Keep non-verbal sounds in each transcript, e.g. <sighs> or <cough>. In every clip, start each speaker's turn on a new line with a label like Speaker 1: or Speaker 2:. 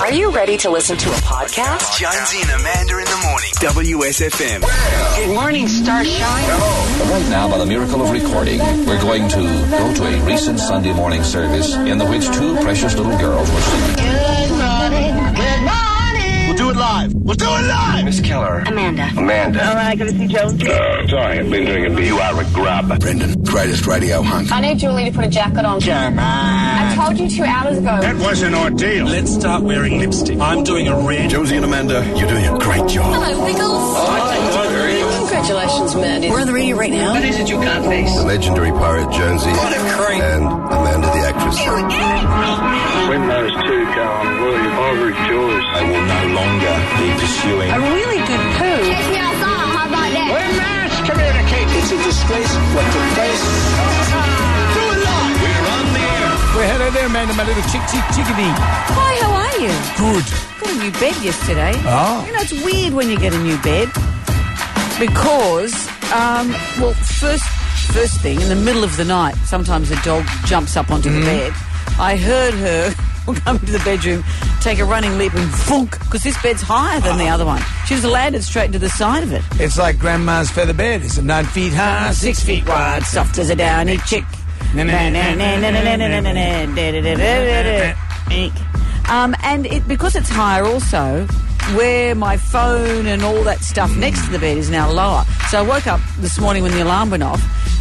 Speaker 1: Are you ready to listen to a podcast?
Speaker 2: Jonesy and Amanda in the morning. WSFM.
Speaker 1: Your morning star shine.
Speaker 3: Right now, by the miracle of recording, we're going to go to a recent Sunday morning service in the which two precious little girls were singing.
Speaker 2: We'll do it live. We'll do it live.
Speaker 3: Miss Keller. Amanda. Amanda. All right, good to see Jones. sorry, I've been drinking beer. You are a grub.
Speaker 2: Brendan, greatest radio hunk.
Speaker 4: I need Julie to put a jacket on. I told you two hours ago.
Speaker 2: That was an ordeal.
Speaker 5: Let's start wearing lipstick. I'm doing a red.
Speaker 2: Jonesy and Amanda, you're doing a great job.
Speaker 6: Congratulations, Maddie.
Speaker 7: We're on the radio right now.
Speaker 2: The legendary pirate Jonesy. What a creep. And Amanda, the actress.
Speaker 3: When those two go on, will you? I rejoice. I will no longer be pursuing.
Speaker 4: Kiss me outside. How about that?
Speaker 2: It's a disgrace. What the face. Do it live. We're on the air.
Speaker 5: Well, hello there, Amanda, my little chick chick chickadee.
Speaker 8: Hi, how are you?
Speaker 5: Good.
Speaker 8: Got a new bed yesterday. You know, it's weird when you get a new bed because, um, well, first, first thing, in the middle of the night, sometimes a dog jumps up onto the bed. I heard her <laughs> come into the bedroom, take a running leap, and thunk, because this bed's higher than the other one. She just landed straight into the side of it.
Speaker 5: It's like grandma's feather bed. It's nine feet high, six feet wide.
Speaker 8: Soft as a downy chick.
Speaker 5: Na- na- na- na- na- na- na- na- na-
Speaker 8: Eek. Um, and it because it's higher also where my phone and all that stuff next to the bed is now lower so i woke up this morning when the alarm went off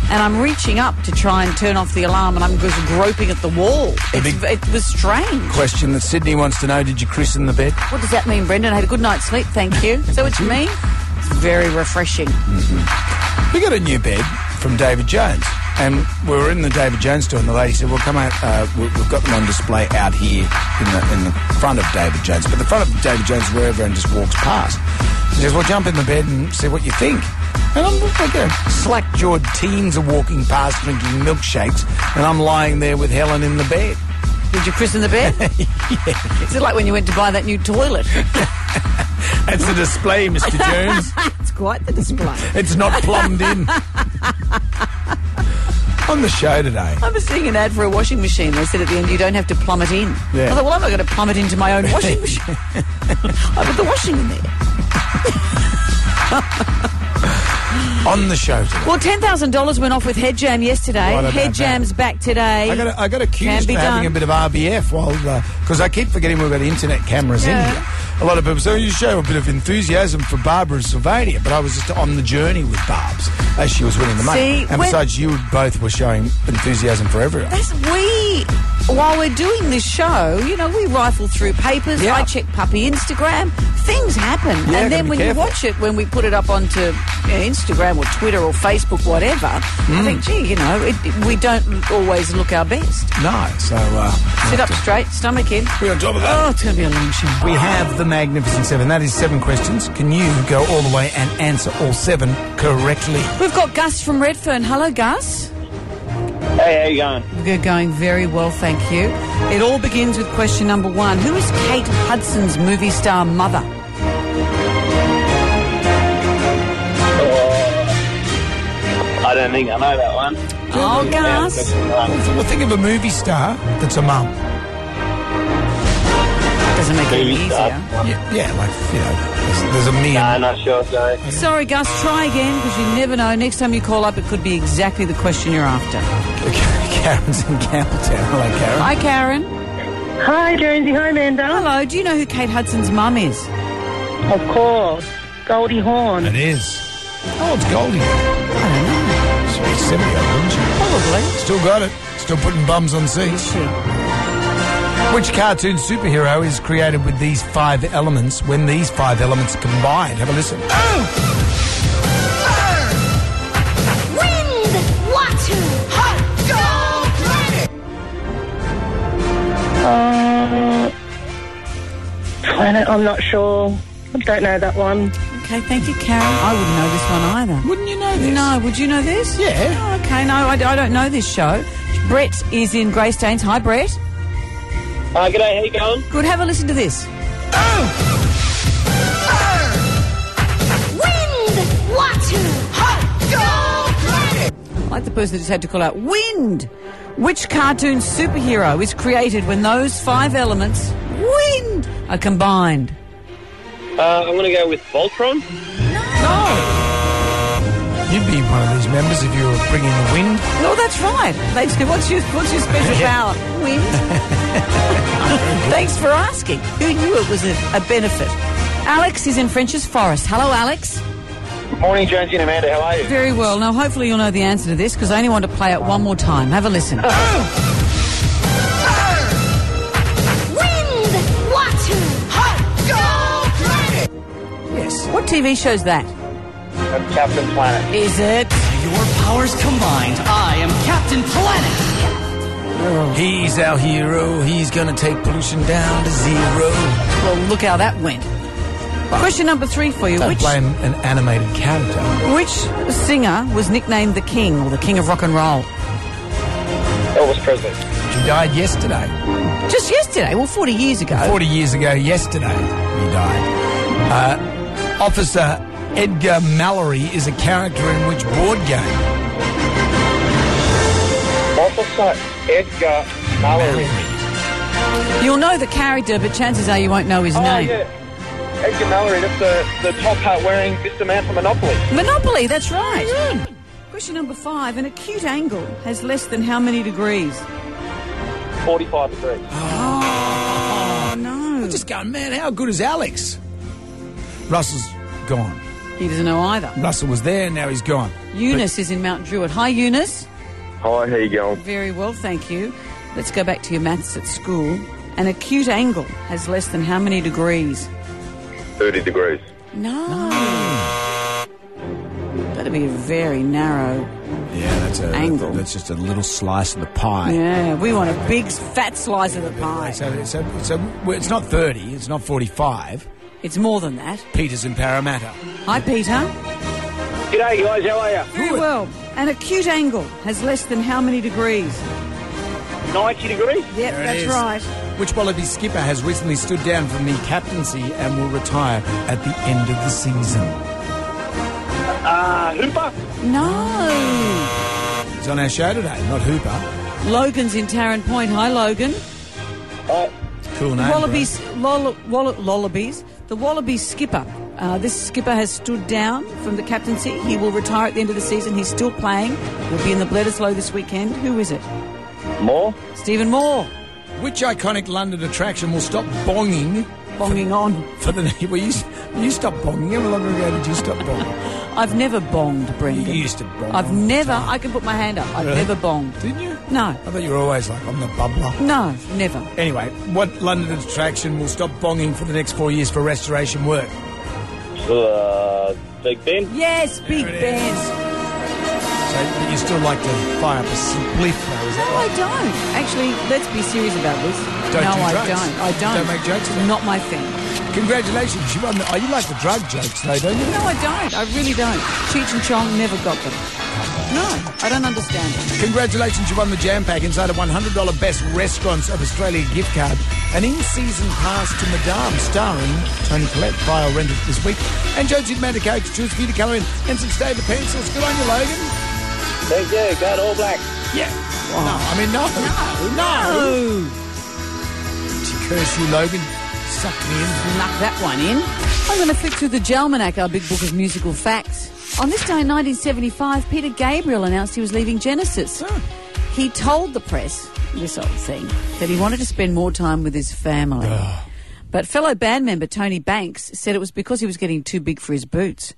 Speaker 8: and i'm reaching up to try and turn off the alarm and i'm just groping at the wall it's, it was strange
Speaker 5: Question that Sydney wants to know: Did you christen the bed?
Speaker 8: what does that mean brendan i had a good night's sleep thank you so it's me it's very refreshing
Speaker 5: We got a new bed from David Jones, and we were in the David Jones store, and the lady said, "Well, come out. Uh, we- we've got them on display out here in the in the front of David Jones, but the front of David Jones is where everyone just walks past." She says, "Well, jump in the bed and see what you think." And I'm like a slack-jawed teens are walking past drinking milkshakes, and I'm lying there with Helen in the bed.
Speaker 8: did you christen
Speaker 5: <laughs>
Speaker 8: the bed is it like when you went to buy that new toilet
Speaker 5: That's a display, <laughs> Mr. Jones.
Speaker 8: it's quite the display
Speaker 5: It's not plumbed in. on the show today.
Speaker 8: I was seeing an ad for a washing machine. They said at the end, you don't have to plumb it in.
Speaker 5: Yeah.
Speaker 8: I thought, well, I'm not going to plumb it into my own
Speaker 5: <laughs>
Speaker 8: washing machine. I put the washing in there.
Speaker 5: On the show today.
Speaker 8: Well, $10,000 went off with Head Jam yesterday.
Speaker 5: Right about
Speaker 8: Head
Speaker 5: that.
Speaker 8: Jam's back today.
Speaker 5: I got, I got accused
Speaker 8: Can be
Speaker 5: of having
Speaker 8: done.
Speaker 5: a bit of RBF while because I keep forgetting we've got internet cameras
Speaker 8: Yeah.
Speaker 5: in here. A lot of people say "Oh, you show a bit of enthusiasm for Barbara Sylvania, but I was just on the journey with Barb's as she was winning the money.
Speaker 8: See,
Speaker 5: and
Speaker 8: when-
Speaker 5: besides, you both were showing enthusiasm for everyone.
Speaker 8: That's we. While we're doing this show, you know, we rifle through papers.
Speaker 5: Yeah.
Speaker 8: I check puppy Instagram. Things happen,
Speaker 5: Yeah,
Speaker 8: and
Speaker 5: gotta
Speaker 8: then
Speaker 5: be
Speaker 8: when
Speaker 5: careful.
Speaker 8: you watch it, when we put it up onto you know, Instagram or Twitter or Facebook, whatever,
Speaker 5: Hmm.
Speaker 8: I think, gee, you know, it, it- we don't always look our best.
Speaker 5: No, so uh,
Speaker 8: Sit up straight, stomach in.
Speaker 5: We're on top of that.
Speaker 8: Oh, it's going to be a long show.
Speaker 5: We have the Magnificent Seven. That is seven questions. Can you go all the way and answer all seven correctly?
Speaker 8: We've got Gus from Redfern. Hello, Gus.
Speaker 3: Hey, how you going?
Speaker 8: We're going very well, thank you. It all begins with question number one Who is Kate Hudson's movie star mother?
Speaker 3: I don't think I know that one.
Speaker 8: Oh, Gus.
Speaker 5: Well, think of a movie star that's a mum.
Speaker 8: Doesn't make it any
Speaker 3: Movie star.
Speaker 8: easier.
Speaker 5: Yeah, yeah, like, you know, there's, there's a million.
Speaker 3: No, not sure, sorry.
Speaker 9: Uh,
Speaker 8: Sorry, Gus, try again because you never know. Next time you call up, it could be exactly the question you're after.
Speaker 5: <laughs> Karen's in Campbelltown. Hello, Karen.
Speaker 8: Hi, Karen. Hi, Jonesy. Hi, Amanda. Hello. Do you know who Kate Hudson's mum is?
Speaker 5: It is. How old's Goldie? She's 70, I think.
Speaker 8: Probably.
Speaker 5: Still got it. Still putting bums on
Speaker 8: Is
Speaker 5: seats.
Speaker 8: she?
Speaker 5: Which cartoon superhero is created with these five elements when these five elements are combined? Have a listen.
Speaker 4: Wind, water, hot, gold, planet.
Speaker 10: I Uh, I'm not sure. I don't know that one.
Speaker 8: Okay, thank you, Karen. I wouldn't know this one either.
Speaker 5: Wouldn't you know this?
Speaker 8: No, would you know this?
Speaker 5: Yeah.
Speaker 8: Oh, okay, no, I, I don't know this show. Brett is in Greystanes. Hi, Brett.
Speaker 9: Uh, g'day, how you going?
Speaker 8: Good, have a listen to this.
Speaker 4: Wind, water, hot, go,
Speaker 8: I like the person that just had to call out wind. Which cartoon superhero is created when those five elements, wind, are combined?
Speaker 9: Uh, I'm going to go with Voltron.
Speaker 5: You'd be one of these members if you were bringing the wind.
Speaker 8: Oh, that's right. Thanks. What's your What's your special power? Wind. Thanks for asking. Who knew it was a, a benefit? Alex is in French's Forest. Hello, Alex.
Speaker 9: Morning, Jonesy and Amanda, how are you?
Speaker 8: Very well. Now, hopefully, you'll know the answer to this because I only want to play it one more time. Have a listen.
Speaker 4: Oh. wind, water, hot, go, planet.
Speaker 8: yes. What TV show's that?
Speaker 9: Captain Planet.
Speaker 8: Is it?
Speaker 11: Your powers combined, I am Captain Planet.
Speaker 5: He's our hero. He's going to take pollution down to zero.
Speaker 8: Well, look how that went. Question number three for you.
Speaker 5: Don't
Speaker 8: Which
Speaker 5: blame an animated character.
Speaker 8: Which singer was nicknamed the King or the King of Rock and Roll?
Speaker 9: Elvis Presley.
Speaker 5: He died yesterday.
Speaker 8: Just yesterday, well, 40 years ago.
Speaker 5: 40 years ago yesterday, he died. Uh, Officer Edgar Mallory is a character in which board game?
Speaker 9: Officer Edgar Mallory.
Speaker 8: You'll know the character, but chances are you won't know his
Speaker 9: oh,
Speaker 8: name.
Speaker 9: yeah. Edgar Mallory, that's the, the top hat wearing Mr. Man from Monopoly.
Speaker 8: Monopoly, that's right. Question number five. An acute angle has less than how many degrees?
Speaker 9: 45 degrees.
Speaker 8: Oh, no.
Speaker 5: I'm just going, man, how good is Alex? Russell's gone.
Speaker 8: He doesn't know either.
Speaker 5: Russell was there, now he's gone.
Speaker 8: Eunice is in Mount Druitt. Hi, Eunice.
Speaker 12: Hi, how you going?
Speaker 8: Very well, thank you. Let's go back to your maths at school. An acute angle has less than how many degrees?
Speaker 12: 30 degrees.
Speaker 8: No. That'd be a very narrow.
Speaker 5: Yeah, that's a
Speaker 8: Angle.
Speaker 5: That's just a little slice of the pie.
Speaker 8: Yeah, we want a big, fat slice of the pie.
Speaker 5: So, so, so well, it's not 30, it's not 45.
Speaker 8: It's more than that.
Speaker 5: Peter's in Parramatta.
Speaker 8: Hi, Peter.
Speaker 9: G'day, guys, how are
Speaker 8: Very well. An acute angle has less than how many degrees?
Speaker 9: you? 90 degrees?
Speaker 8: Yep,
Speaker 5: There it
Speaker 8: that's
Speaker 5: is.
Speaker 8: right.
Speaker 5: Which Wallaby skipper has recently stood down from the captaincy and will retire at the end of the season?
Speaker 9: Uh, Hooper?
Speaker 8: No.
Speaker 5: He's on our show today, not Hooper.
Speaker 8: Logan's in Tarrant Point. Hi, Logan.
Speaker 9: Uh,
Speaker 5: Cool name.
Speaker 8: Wallabies, lol, wall, wallabies. The Wallaby skipper. Uh, this skipper has stood down from the captaincy. He will retire at the end of the season. He's still playing. He'll be in the Bledisloe this weekend. Who is it?
Speaker 9: More?
Speaker 8: Stephen Moore.
Speaker 5: bro. Which iconic London attraction will stop bonging
Speaker 8: Bonging on.
Speaker 5: for the... Well, you, s- you stopped bonging. How long ago did you stop bonging?
Speaker 8: I've never bonged, Brendan.
Speaker 5: You used to bong
Speaker 8: I've
Speaker 5: all the
Speaker 8: never.
Speaker 5: time.
Speaker 8: I can put my hand up. I've
Speaker 5: Really?
Speaker 8: never bonged.
Speaker 5: Didn't you?
Speaker 8: No.
Speaker 5: I thought you were always like, I'm the bubbler.
Speaker 8: No, never.
Speaker 5: Anyway, what London attraction will stop bonging for the next four years for restoration work?
Speaker 9: Uh, Big Ben?
Speaker 8: Yes, Big
Speaker 5: it
Speaker 8: Ben.
Speaker 5: is. So but you still like to fire up a spliff, though, is
Speaker 8: No,
Speaker 5: that
Speaker 8: I
Speaker 5: right?
Speaker 8: don't. Actually, let's be serious about this.
Speaker 5: Don't
Speaker 8: no,
Speaker 5: do
Speaker 8: I
Speaker 5: drugs.
Speaker 8: don't. I don't.
Speaker 5: Don't make jokes about it.
Speaker 8: Not my thing.
Speaker 5: Congratulations, you won the... Oh, you like the drug jokes, though, don't you?
Speaker 8: No, I don't. I really don't. Cheech and Chong never got them. No, I don't understand it.
Speaker 5: Congratulations, you won the jam pack inside a $100 Best Restaurants of Australia gift card. An in-season pass to Madame, starring Tony Collette, via rented this week. And Josie Manta character choose for you to colour in. And some stained pencils. Good on you, Logan.
Speaker 9: Thank you, go to All Black.
Speaker 5: Yeah. No, I mean, no. No. To curse you, Logan. Suck me in.
Speaker 8: Knock that one in. I'm going to flick through the Gelmanac, our big book of musical facts. On this day in 1975, Peter Gabriel announced he was leaving Genesis. He told the press, this old thing, that he wanted to spend more time with his family. but fellow band member Tony Banks said it was because he was getting too big for his boots.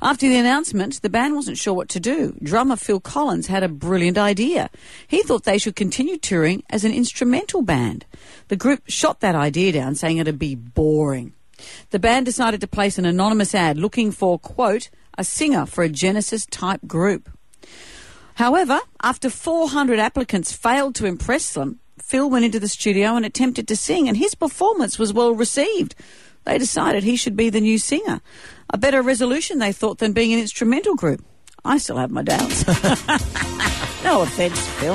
Speaker 8: After the announcement, the band wasn't sure what to do. Drummer Phil Collins had a brilliant idea. He thought they should continue touring as an instrumental band. The group shot that idea down, saying it'd be boring. The band decided to place an anonymous ad looking for, quote, a singer for a Genesis type group. However, after 400 applicants failed to impress them, Phil went into the studio and attempted to sing, and his performance was well received. They decided he should be the new singer. A better resolution, they thought, than being an instrumental group. I still have my doubts.
Speaker 5: <laughs>
Speaker 8: no offence, Phil.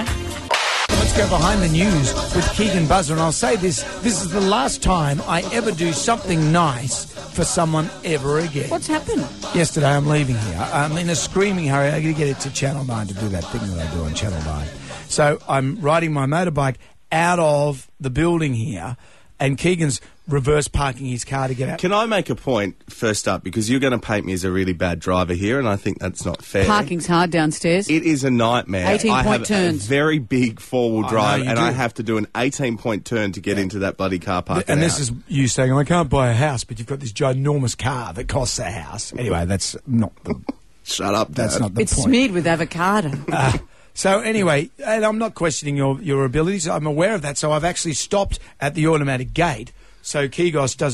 Speaker 5: Let's go behind the news with Keegan Buzzer, and I'll say this: this is the last time I ever do something nice for someone ever again.
Speaker 8: What's happened?
Speaker 5: Yesterday, I'm leaving here. I'm in a screaming hurry. I got to get it to Channel Nine to do that thing that I do on Channel Nine. So I'm riding my motorbike out of the building here, and Keegan's reverse parking his car to get out.
Speaker 13: Can I make a point first up? Because you're going to paint me as a really bad driver here, and I think that's not fair.
Speaker 8: Parking's hard downstairs.
Speaker 13: It is a nightmare.
Speaker 8: 18
Speaker 13: I
Speaker 8: point
Speaker 13: have
Speaker 8: turns.
Speaker 13: a very big four wheel
Speaker 5: I
Speaker 13: drive,
Speaker 5: know, you
Speaker 13: and I
Speaker 5: do.
Speaker 13: have to do an 18 point turn to get into that bloody car park.
Speaker 5: and this is you saying, I can't buy a house, but you've got this ginormous car that costs a house. Anyway, that's not
Speaker 13: <laughs>
Speaker 5: the.
Speaker 13: Shut up,
Speaker 5: That's
Speaker 13: Dad.
Speaker 5: not the
Speaker 8: it's
Speaker 5: point.
Speaker 8: smeared
Speaker 5: <laughs>
Speaker 8: with avocado.
Speaker 5: Uh, so anyway, and I'm not questioning your, your abilities. I'm aware of that. So I've actually stopped at the automatic gate. So Kigos does.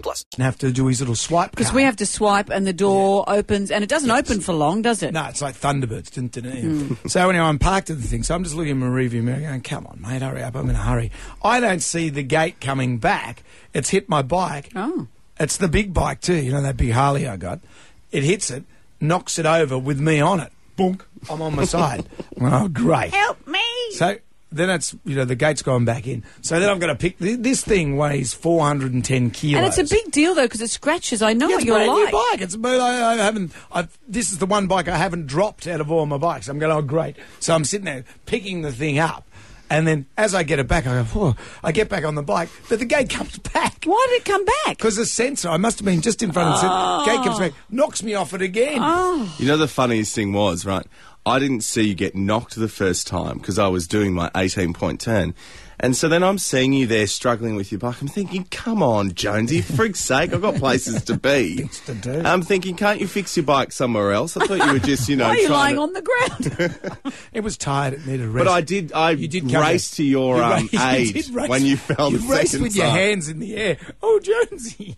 Speaker 14: plus.
Speaker 5: And have to do his little swipe
Speaker 8: Because we have to swipe and the door opens, and it doesn't open for long, does it?
Speaker 5: No, it's like Thunderbirds. Dun, dun, dun.
Speaker 8: Hmm.
Speaker 5: So anyway, I'm parked at the thing. So I'm just looking in my rearview mirror, going, "Come on, mate, hurry up! I'm in a hurry." I don't see the gate coming back. It's hit my bike. Oh, it's the big bike too. You know that big Harley I got. It hits it, knocks it over with me on it. Bonk! I'm on my
Speaker 8: <laughs>
Speaker 5: side. oh, great!
Speaker 8: Help me!
Speaker 5: So then it's you know the gate's going back in. So then I've got to pick th- this thing weighs 410 kilos.
Speaker 8: And it's a big deal though because it scratches. I know
Speaker 5: Yeah,
Speaker 8: what
Speaker 5: it's
Speaker 8: Oh, you're
Speaker 5: a brand
Speaker 8: like.
Speaker 5: new bike. It's but I, I haven't. I've, this is the one bike I haven't dropped out of all my bikes. I'm going, oh great. So I'm sitting there picking the thing up, and then as I get it back, I go, oh, I get back on the bike, but the gate comes <laughs> back.
Speaker 8: Why did it come back?
Speaker 5: Because the sensor. I must have been just in front of the
Speaker 8: Oh.
Speaker 5: sensor. Gate comes back, knocks me off it again.
Speaker 8: Oh.
Speaker 13: You know, the funniest thing was, right? I didn't see you get knocked the first time because I was doing my 18 point turn. And so then I'm seeing you there struggling with your bike. I'm thinking, come on,
Speaker 5: <laughs>
Speaker 13: Jonesy, for frig's sake, I've got places to be.
Speaker 5: to do.
Speaker 13: I'm thinking, can't you fix your bike somewhere else? I thought you were
Speaker 5: <laughs>
Speaker 13: just, you know,
Speaker 8: Why are you lying
Speaker 13: trying to-
Speaker 8: on the ground?
Speaker 5: It was tired. It needed rest.
Speaker 13: But I did. I
Speaker 5: did come
Speaker 13: raced
Speaker 5: in.
Speaker 13: to your
Speaker 5: You
Speaker 13: um,
Speaker 5: raced- <laughs> you
Speaker 13: aid
Speaker 5: did race-
Speaker 13: when you fell
Speaker 5: you
Speaker 13: the
Speaker 5: raced
Speaker 13: second
Speaker 5: with your
Speaker 13: time.
Speaker 5: hands in the air. Oh, Jonesy!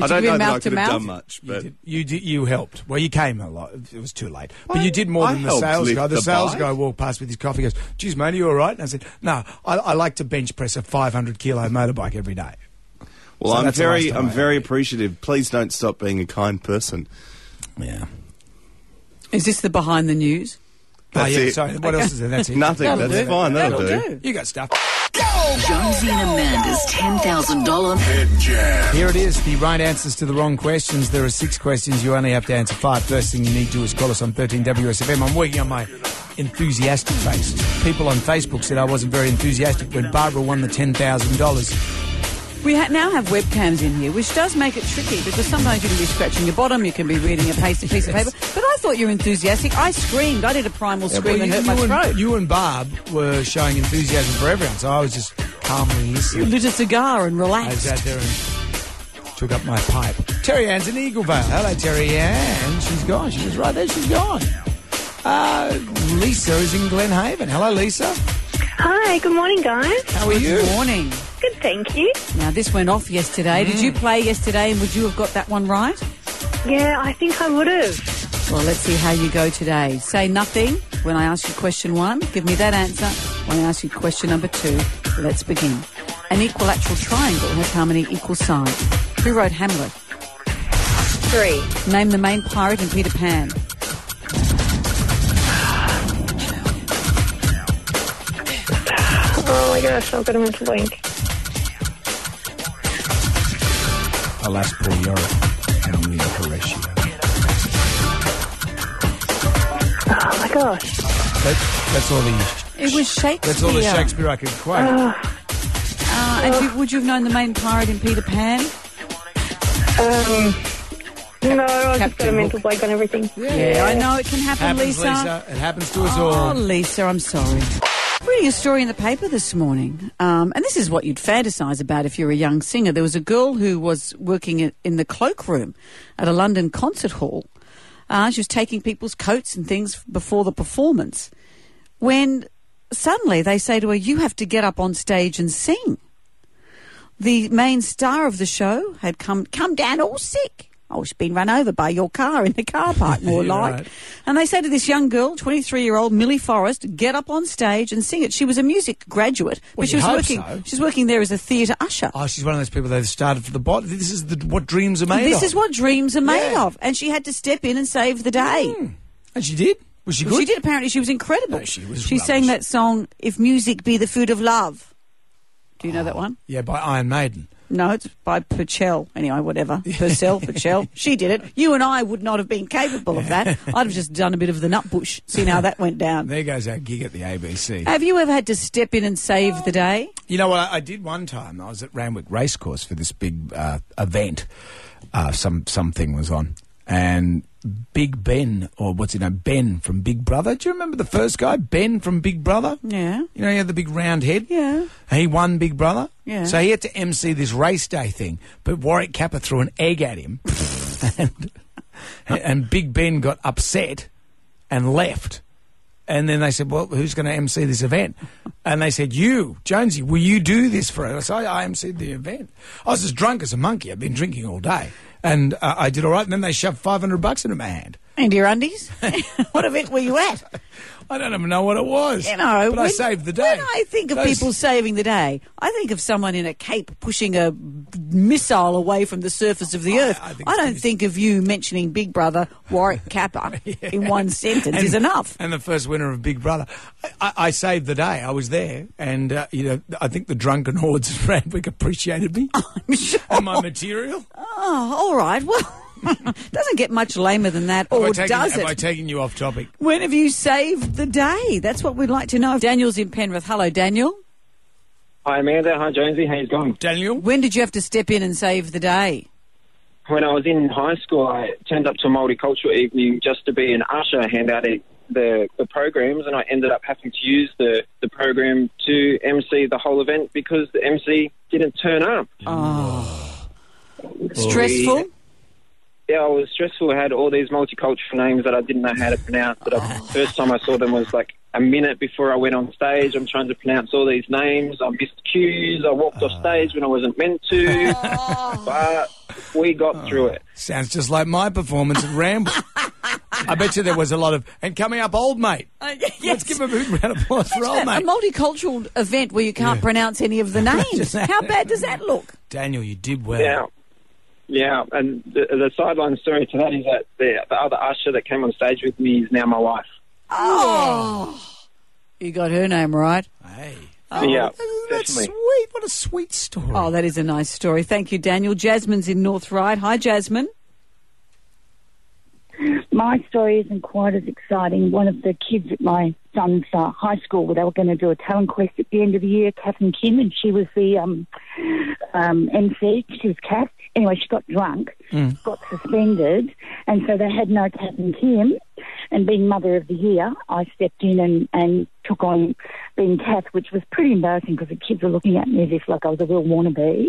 Speaker 13: I don't know that I could have done much,
Speaker 5: You
Speaker 13: but
Speaker 5: did- you did, you helped. Well, you came a lot. It was too late, but you did more
Speaker 13: I
Speaker 5: than the
Speaker 13: helped
Speaker 5: sales
Speaker 13: lift
Speaker 5: guy. The,
Speaker 13: the
Speaker 5: sales
Speaker 13: bike.
Speaker 5: guy walked past with his coffee. Goes, "Geez, mate, are you all right?" And I said, "No, I, I like to bench press a 500 kilo motorbike every day."
Speaker 13: Well,
Speaker 5: So
Speaker 13: I'm
Speaker 5: that's the
Speaker 13: very,
Speaker 5: last time Oh,
Speaker 13: I'm
Speaker 5: I
Speaker 13: very appreciative. Please don't stop being a kind person.
Speaker 5: Yeah.
Speaker 8: Is this the behind the news?
Speaker 5: Oh,
Speaker 13: That's
Speaker 5: yeah,
Speaker 13: it.
Speaker 5: sorry. What else is there?
Speaker 13: <laughs>
Speaker 5: That's it.
Speaker 13: Nothing.
Speaker 8: That'll
Speaker 13: that's
Speaker 8: do.
Speaker 13: fine. That'll,
Speaker 8: That'll
Speaker 13: do.
Speaker 8: do.
Speaker 5: You got stuff.
Speaker 15: Jonesy and Amanda's $10,000 head jam.
Speaker 3: <laughs>
Speaker 5: Here it is, the right answers to the wrong questions. There are six questions. You only have to answer five. First thing you need to do is call us on 13 WSFM. I'm working on my enthusiastic face. People on Facebook said I wasn't very enthusiastic when Barbara won the $10,000.
Speaker 8: We ha- now have webcams in here, which does make it tricky because sometimes you can be scratching your bottom, you can be reading a piece, piece of paper. But I thought you were enthusiastic. I screamed. I did a primal scream
Speaker 5: Well, you,
Speaker 8: and hurt my
Speaker 5: you
Speaker 8: throat.
Speaker 5: and, you and Barb were showing enthusiasm for everyone, so I was just calmly
Speaker 8: You
Speaker 5: listening.
Speaker 8: lit a cigar and
Speaker 5: I was
Speaker 8: relaxed.
Speaker 5: out there and took up my pipe. Terry Ann's in Eaglevale. Hello, Terry Ann. She's gone. She was right there. She's gone. Uh, Lisa is in Glen Haven. Hello, Lisa.
Speaker 16: Hi, good morning, guys.
Speaker 5: How are you?
Speaker 8: Good morning.
Speaker 16: Good, thank you.
Speaker 8: Now, this went off yesterday. Did you
Speaker 5: Mm.
Speaker 8: play yesterday and would you have got that one right?
Speaker 16: Yeah, I think I would have.
Speaker 8: Well, let's see how you go today. Say nothing when I ask you question one. Give me that answer when I ask you question number two. Let's begin. An equilateral triangle has how many equal sides? Who wrote Hamlet?
Speaker 16: Three.
Speaker 8: Name the main pirate in Peter Pan.
Speaker 16: Oh my gosh, I've got a mental blank.
Speaker 5: Alas, poor Europe. And Amelia Horatio.
Speaker 16: Oh my gosh.
Speaker 5: That, that's all the
Speaker 8: It Ah, was Shakespeare.
Speaker 5: that's all the Shakespeare I could quote.
Speaker 8: Uh, and you- would you have known the main pirate in Peter Pan?
Speaker 16: Um, no, I've just got a
Speaker 8: Captain
Speaker 16: mental blank on everything.
Speaker 8: Yeah, I know it can happen,
Speaker 5: Happens,
Speaker 8: Lisa.
Speaker 5: It happens to us
Speaker 8: Oh,
Speaker 5: all.
Speaker 8: Lisa, I'm sorry. We reading a story in the paper this morning, um, and this is what you'd fantasize about if you're a young singer. There was a girl who was working in, in the cloakroom at a London concert hall. Uh, she was taking people's coats and things before the performance. When suddenly they say to her, You have to get up on stage and sing. The main star of the show had come, come down all sick. Oh, she's been run over by your car in
Speaker 5: <laughs>
Speaker 8: the car park, more
Speaker 17: Yeah,
Speaker 8: like.
Speaker 17: right.
Speaker 8: And they say to this young girl, 23 year old Millie Forrest, get up on stage and sing it. She was a music graduate, but
Speaker 5: Well,
Speaker 8: she
Speaker 5: you
Speaker 8: was
Speaker 5: hope
Speaker 8: working,
Speaker 5: so.
Speaker 8: she's working there as a theatre usher.
Speaker 5: Oh, she's one of those people they've started from the bottom. This is the, what dreams are made
Speaker 8: this
Speaker 5: of.
Speaker 8: is what dreams are made of. And she had to step in and save the day.
Speaker 5: And she did? Was she Hmm, good?
Speaker 8: She did. Apparently, she was incredible.
Speaker 5: she was
Speaker 8: sang that song, If Music Be the Food of Love. Do you know that one?
Speaker 5: Yeah, by Iron Maiden.
Speaker 8: No, it's by Purcell. Anyway, whatever.
Speaker 5: <laughs>
Speaker 8: Purcell, Purcell. She did it. You and I would not have been capable
Speaker 5: <laughs>
Speaker 8: of that. I'd have just done a bit of the nut bush, seen how that went down.
Speaker 5: There goes our gig at the ABC.
Speaker 8: Have you ever had to step in and save the day?
Speaker 5: You know what? I, I did one time. I was at Randwick Racecourse for this big uh, event. Uh, some something was on, and Big Ben, or what's his name, Ben from Big Brother. Do you remember the first guy, Ben from Big Brother?
Speaker 8: Yeah.
Speaker 5: You know, he had the big round head.
Speaker 8: Yeah.
Speaker 5: He won Big Brother.
Speaker 8: Yeah.
Speaker 5: So he had to MC this race day thing, but Warwick Kappa threw an egg at
Speaker 8: <laughs>
Speaker 5: him, and, and Big Ben got upset and left. And then they said, "Well, who's going to MC this event?" And they said, "You, Jonesy, will you do this for us?" I, I emceed the event. I was as drunk as a monkey. I'd been drinking all day, and uh, I did all right. And then they shoved five hundred bucks into my hand.
Speaker 8: And
Speaker 5: <laughs>
Speaker 8: your undies? what event were you at?
Speaker 5: I don't even know what it was.
Speaker 8: You know,
Speaker 5: but I
Speaker 8: when-
Speaker 5: saved the day.
Speaker 8: When I think of
Speaker 5: Those-
Speaker 8: people saving the day, I think of someone in a cape pushing a missile away from the surface of the earth. I, don't think of you mentioning Big Brother Warwick
Speaker 5: <laughs>
Speaker 8: Kappa <laughs> in one sentence
Speaker 5: And-
Speaker 8: is enough.
Speaker 5: And the first winner of Big Brother, I, I, I saved the day. I was there, and uh, you know, I think the drunken hordes <laughs> of Randwick appreciated me <laughs>
Speaker 8: <laughs>
Speaker 5: and my material.
Speaker 8: Oh, all right. Well, <laughs> doesn't get much lamer than that,
Speaker 5: Have I
Speaker 8: or
Speaker 5: taken-
Speaker 8: does
Speaker 5: Have I
Speaker 8: it?
Speaker 5: taken you off topic?
Speaker 8: when have you saved the day? That's what we'd like to know. Daniel's in Penrith. Hello, Daniel.
Speaker 18: Hi Amanda, hi Jonesy, how you going?
Speaker 5: Daniel?
Speaker 8: When did you have to step in and save the day?
Speaker 18: When I was in high school, I turned up to a multicultural evening just to be an usher, hand out the, the, the programs, and I ended up having to use the, the program to MC the whole event because the MC didn't turn up.
Speaker 8: Oh. Stressful?
Speaker 18: Yeah, I was stressful. I had all these multicultural names that I didn't know how to pronounce. But I, first time I saw them was like a minute before I went on stage. I'm trying to pronounce all these names. I missed cues. I walked off stage when I wasn't meant to. but we got through it.
Speaker 5: Sounds just like my performance at Ramble. I bet you there was a lot of. And coming up, old mate. Let's give a big round of applause for
Speaker 8: <laughs>
Speaker 5: old
Speaker 8: Uh, A
Speaker 5: mate.
Speaker 8: multicultural event where you can't pronounce
Speaker 5: <laughs>
Speaker 8: any of the names. How bad does that look?
Speaker 5: Daniel, you did well.
Speaker 18: Yeah. Yeah, and the, the sideline story to that is that the, the other usher that came on stage with me is now my wife.
Speaker 8: Oh. You got her name right.
Speaker 5: Hey.
Speaker 18: Oh, Yeah,
Speaker 5: That's
Speaker 18: definitely.
Speaker 5: sweet. What a sweet story.
Speaker 8: Oh, that is a nice story. Thank you, Daniel. Jasmine's in North Ryde. Hi, Jasmine.
Speaker 19: My story isn't quite as exciting. One of the kids at my son's uh, high school, they were going to do a talent quest at the end of the year, Catherine Kim, and she was the um, um, MC. She was Cat. Anyway, she got drunk,
Speaker 20: Mm.
Speaker 19: got suspended, and so they had no Catherine Kim. And being Mother of the Year, I stepped in and, and took on being Kath, which was pretty embarrassing because the kids were looking at me as if like I was a real wannabe,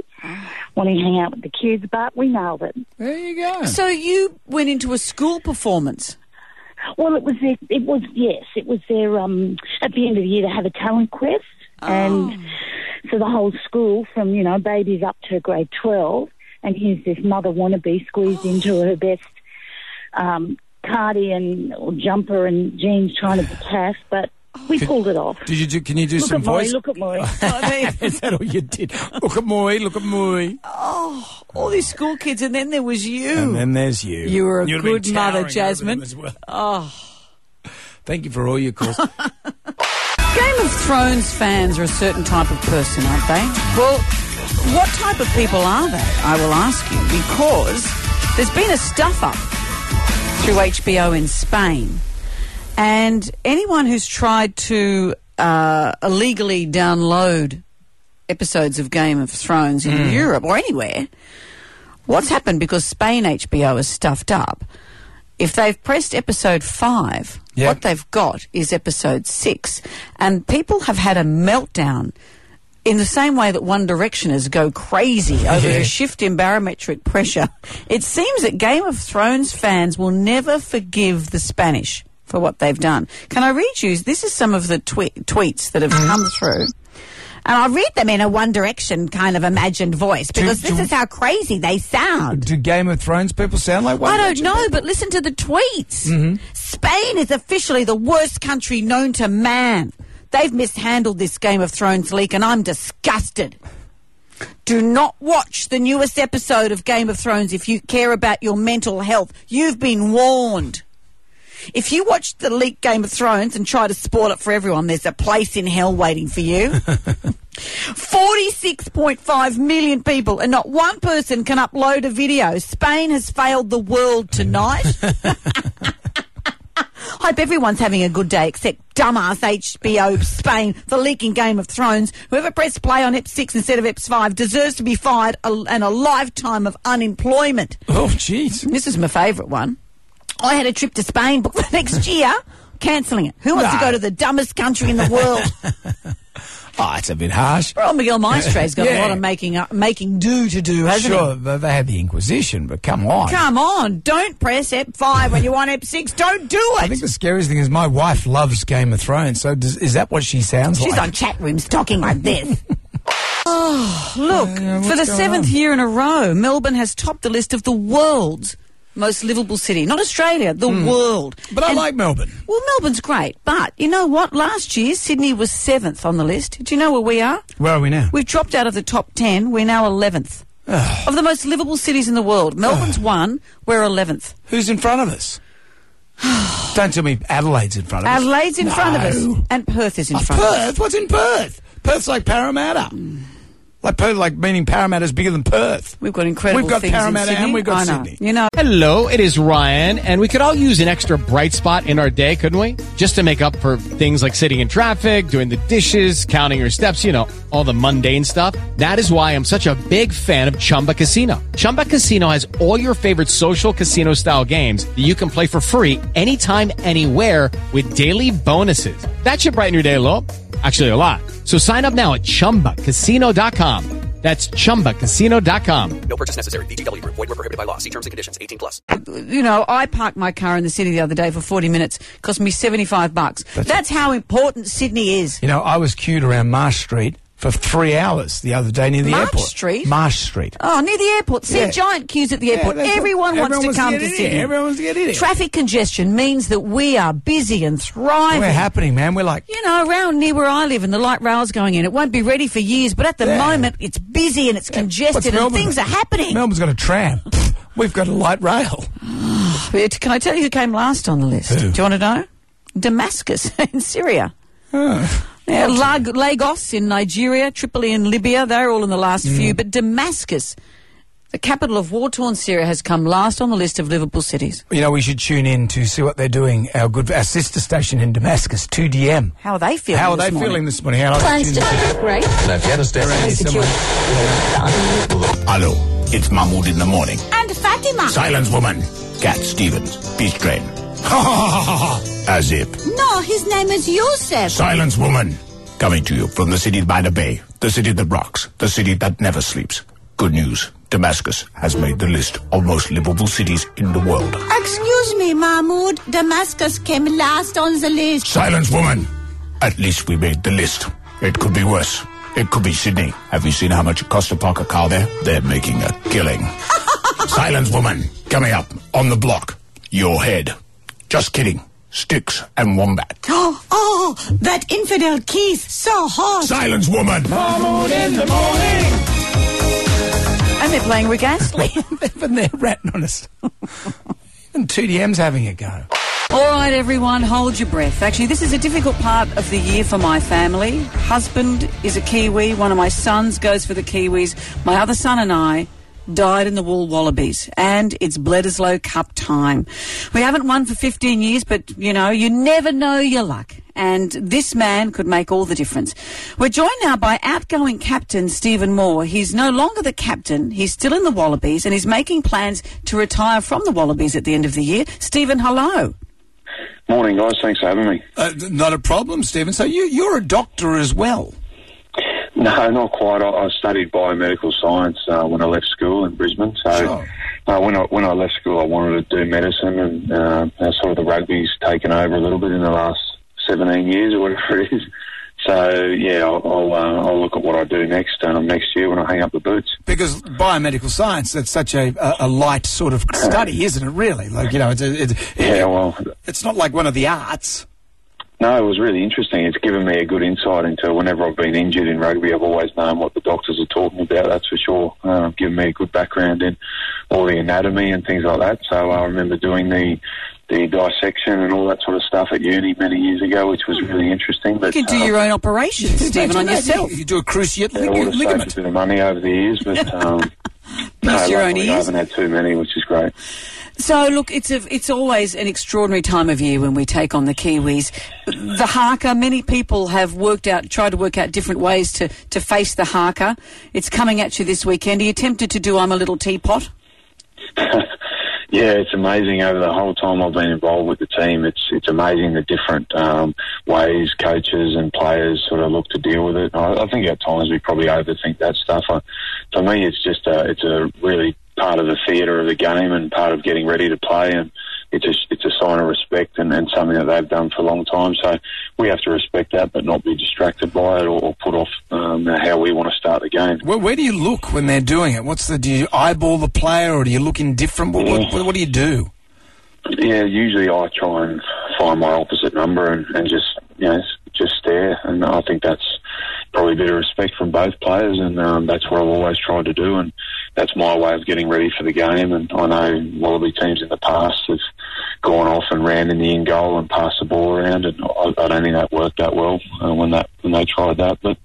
Speaker 19: wanting to hang out with the kids, but we nailed it.
Speaker 5: There you go.
Speaker 8: So you went into a school performance. <laughs>
Speaker 19: Well, it was their, it was yes, it was their um at the end of the year they have a talent quest,
Speaker 5: Oh.
Speaker 19: and so the whole school from you know babies up to grade twelve, and here's this mother wannabe squeezed into her best um cardi and or jumper and jeans trying to be cast, but we pulled it off.
Speaker 5: Did you do, can you do
Speaker 19: look
Speaker 5: some
Speaker 19: at
Speaker 5: voice?
Speaker 19: Moi, look at Moi.
Speaker 5: Is that all you did? Look at Moy, look at Moy.
Speaker 8: Oh, all these school kids, and then there was you.
Speaker 5: And then there's you.
Speaker 8: You were a
Speaker 5: You'd have been
Speaker 8: good mother,
Speaker 5: towering over them
Speaker 8: Jasmine.
Speaker 5: as well.
Speaker 8: Oh.
Speaker 5: Thank you for all your
Speaker 8: <laughs>
Speaker 5: calls.
Speaker 8: Game of Thrones fans are a certain type of person, aren't they? Well, what type of people are they? I will ask you because there's been a stuff up through HBO in Spain, and anyone who's tried to uh, illegally download episodes of Game of Thrones in
Speaker 21: Mm.
Speaker 8: Europe or anywhere, what's happened because Spain HBO is stuffed up If they've pressed episode five, what they've got is episode six. And people have had a meltdown in the same way that One Directioners go crazy over
Speaker 17: Yeah.
Speaker 8: a shift in barometric pressure. It seems that Game of Thrones fans will never forgive the Spanish for what they've done. Can I read you? This is some of the twe- tweets that have come through.
Speaker 22: And I read them in a One Direction kind of imagined voice because this is how crazy they sound.
Speaker 5: Do Game of Thrones people sound like one?
Speaker 8: I don't know, but listen to the tweets. Spain is officially the worst country known to man. They've mishandled this Game of Thrones leak, and I'm disgusted. Do not watch the newest episode of Game of Thrones if you care about your mental health. You've been warned. If you watch the leaked Game of Thrones and try to spoil it for everyone, there's a place in hell waiting for you. 46.5 million people, and not one person can upload a video. Spain has failed the world tonight. <laughs> Hope everyone's having a good day except dumbass HBO Spain for leaking Game of Thrones. Whoever pressed play on Ep 6 instead of Ep 5 deserves to be fired a, and a lifetime of unemployment.
Speaker 5: Oh, jeez.
Speaker 8: This is my favourite one. I had a trip to Spain booked <laughs> for next year, cancelling it. Who wants to
Speaker 5: No.
Speaker 8: go to the dumbest country in the world?
Speaker 5: Oh, it's a bit harsh.
Speaker 8: Well, Miguel Maestre's got a lot
Speaker 5: Yeah.
Speaker 8: of making up, making do to do, hasn't he?
Speaker 5: sure, they- they had the Inquisition, but come on.
Speaker 8: Come on, don't press Ep 5 when you want Ep 6. Don't do it.
Speaker 5: I think the scariest thing is my wife loves Game of Thrones, so does, is that what she sounds
Speaker 8: She's
Speaker 5: like?
Speaker 8: on chat rooms talking like
Speaker 5: <laughs>
Speaker 8: this. Oh, look, for
Speaker 5: what's
Speaker 8: the
Speaker 5: going
Speaker 8: seventh
Speaker 5: on?
Speaker 8: year in a row, Melbourne has topped the list of the world's most livable city. Not Australia, the
Speaker 5: Hmm.
Speaker 8: world.
Speaker 5: But I like Melbourne.
Speaker 8: Well, Melbourne's great, but you know what? Last year, Sydney was seventh on the list. Do you know where we are?
Speaker 5: Where are we now?
Speaker 8: We've dropped out of the top 10. We're now 11th.
Speaker 5: Ah.
Speaker 8: of the most livable cities in the world, Melbourne's one, we're 11th.
Speaker 5: Who's in front of
Speaker 8: <sighs>
Speaker 5: us? Don't tell me Adelaide's in front of us.
Speaker 8: Adelaide's in front of
Speaker 5: No.
Speaker 8: us, and Perth is in
Speaker 5: Oh,
Speaker 8: front of us.
Speaker 5: Perth? What's in Perth? Perth's like Parramatta. Like Perth, like meaning Parramatta's bigger than Perth.
Speaker 8: We've got incredible
Speaker 5: We've got
Speaker 8: things in
Speaker 5: Parramatta
Speaker 8: Sydney.
Speaker 5: and we've got
Speaker 8: I know.
Speaker 5: Sydney.
Speaker 8: You know.
Speaker 23: Hello, it is Ryan, and we could all use an extra bright spot in our day, couldn't we? Just to make up for things like sitting in traffic, doing the dishes, counting your steps, you know, all the mundane stuff. That is why I'm such a big fan of Chumba Casino. Chumba Casino has all your favorite social casino style games that you can play for free anytime, anywhere with daily bonuses. That should brighten your day a little. Actually, a lot. So sign up now at chumbacasino.com. That's chumbacasino.com.
Speaker 14: No purchase necessary. VGW Group. Void where prohibited by law. See terms and conditions. 18 plus.
Speaker 8: you know, I parked my car in the city the other day for 40 minutes. Cost me 75 bucks. That's, how important Sydney is.
Speaker 5: You know, I was queued around Marsh Street for three hours the other day near the
Speaker 8: Marsh
Speaker 5: airport.
Speaker 8: Street?
Speaker 5: Marsh Street.
Speaker 8: Oh, near the airport. See
Speaker 5: Yeah.
Speaker 8: giant queues at the
Speaker 5: Yeah,
Speaker 8: airport.
Speaker 5: that's what-
Speaker 8: everyone,
Speaker 5: everyone
Speaker 8: wants
Speaker 5: wants
Speaker 8: to
Speaker 5: to
Speaker 8: come
Speaker 5: get
Speaker 8: to
Speaker 5: in here.
Speaker 8: Sydney.
Speaker 5: Everyone wants to get in here.
Speaker 8: Traffic congestion means that we are busy and thriving.
Speaker 5: We're happening, man. We're like,
Speaker 8: You know, around near where I live and the light rail's going in. It won't be ready for years, but at the
Speaker 5: Yeah.
Speaker 8: moment it's busy and it's
Speaker 5: what's
Speaker 8: congested and
Speaker 5: Melbourne
Speaker 8: things are
Speaker 5: got?
Speaker 8: happening.
Speaker 5: Melbourne's got a tram. We've got a light rail.
Speaker 8: But Can I tell you who came last on the list? Do you want to know? Damascus <laughs> in Syria. Yeah, Lag- Lagos in Nigeria, Tripoli in Libya, they're all in the last
Speaker 5: Mm.
Speaker 8: few. But Damascus, the capital of war torn Syria, has come last on the list of livable cities.
Speaker 5: You know, we should tune in to see what they're doing. Our good, our sister station in Damascus, 2DM.
Speaker 8: How are they feeling?
Speaker 5: How are
Speaker 8: this
Speaker 5: they
Speaker 8: morning?
Speaker 5: feeling this morning? How are they tuned in?
Speaker 8: great.
Speaker 5: Afghanistan. Hello, it's Mahmoud in the morning.
Speaker 22: And Fatima.
Speaker 5: Silence, woman. Cat Stevens, peace train. As if.
Speaker 22: No, his name is Yusef.
Speaker 5: Silence, woman. Coming to you from the city by the bay, the city that rocks, the city that never sleeps. Good news. Damascus has made the list of most livable cities in the world.
Speaker 22: Excuse me, Mahmoud. Damascus came last on the list. <gasps>
Speaker 5: Silence, woman. At least we made the list. It could be worse. It could be Sydney. Have you seen how much it costs to park a car there? They're making a killing.
Speaker 23: <laughs>
Speaker 5: Silence, woman. Coming up on the block. Your head. Just kidding. Sticks and wombat.
Speaker 22: Oh, oh, that infidel kiss, so hot.
Speaker 5: Silence, woman. Mahmoud in the morning.
Speaker 8: And they're playing
Speaker 22: <laughs>
Speaker 8: Rick Astley.
Speaker 5: <laughs> Even they're ratting on us. <laughs> Even 2DM's having a go.
Speaker 8: All right, everyone, hold your breath. Actually, this is a difficult part of the year for my family. Husband is a Kiwi. One of my sons goes for the Kiwis. My other son and I died in the wool wallabies, and it's Bledisloe Cup time. We haven't won for 15 years, but you know, you never know your luck. And this man could make all the difference. We're joined now by outgoing captain Stephen Moore. He's no longer the captain. He's still in the Wallabies and he's making plans to retire from the Wallabies at the end of the year. Stephen, hello.
Speaker 12: Morning, guys. Thanks for having me.
Speaker 5: Uh, not a problem, Stephen. So you, you're a doctor as well.
Speaker 12: No, not quite. I, I studied biomedical science uh, when I left school in Brisbane. So
Speaker 5: Oh.
Speaker 12: uh, when I when I left school, I wanted to do medicine, and uh, now sort of the rugby's taken over a little bit in the last seventeen years or whatever it is. So yeah, I'll I'll, uh, I'll look at what I do next um, next year when I hang up the boots.
Speaker 5: Because biomedical science, that's such a, a, a light sort of study, isn't it, really? Like, you know, it's, a, it's,
Speaker 12: Yeah, Oh, well,
Speaker 5: it's not like one of the arts.
Speaker 12: No, it was really interesting. It's given me a good insight into whenever I've been injured in rugby, I've always known what the doctors are talking about, that's for sure. Uh, given me a good background in all the anatomy and things like that. So I remember doing the the dissection and all that sort of stuff at uni many years ago, which was really interesting.
Speaker 8: You
Speaker 12: But
Speaker 8: can do
Speaker 12: um,
Speaker 8: your own <laughs> operations, Stephen, on
Speaker 5: Imagine that.
Speaker 8: yourself.
Speaker 5: You, you do a cruciate
Speaker 12: yeah, all the
Speaker 5: lig- ligament. <laughs>
Speaker 12: a bit of money over the years, but um, no,
Speaker 8: your own
Speaker 12: luckily I
Speaker 8: ears.
Speaker 12: haven't had too many, which is great.
Speaker 8: So, look, it's a, it's always an extraordinary time of year when we take on the Kiwis. The haka, many people have worked out, tried to work out different ways to, to face the haka. It's coming at you this weekend. Are you tempted to do I'm a Little Teapot?
Speaker 12: Yeah, it's amazing. Over the whole time I've been involved with the team, it's it's amazing the different um, ways coaches and players sort of look to deal with it. I, I think at times we probably overthink that stuff. I, for me, it's just a, it's a really part of the theatre of the game and part of getting ready to play, and it's a it's a sign of respect and, and something that they've done for a long time. So we have to respect that, but not be distracted by it or, or put off um, how we want to start the game.
Speaker 5: Well, where do you look when they're doing it? What's the do you eyeball the player or do you look indifferent? What, what, what do you do?
Speaker 12: Yeah, usually I try and find my opposite number and, and just you know s- just stare, and I think that's probably a bit of respect from both players, and um, that's what I've always tried to do, and that's my way of getting ready for the game. And I know Wallaby teams in the past have gone off and ran in the end goal and passed the ball around, and I, I don't think that worked that well uh, when that when they tried that, but.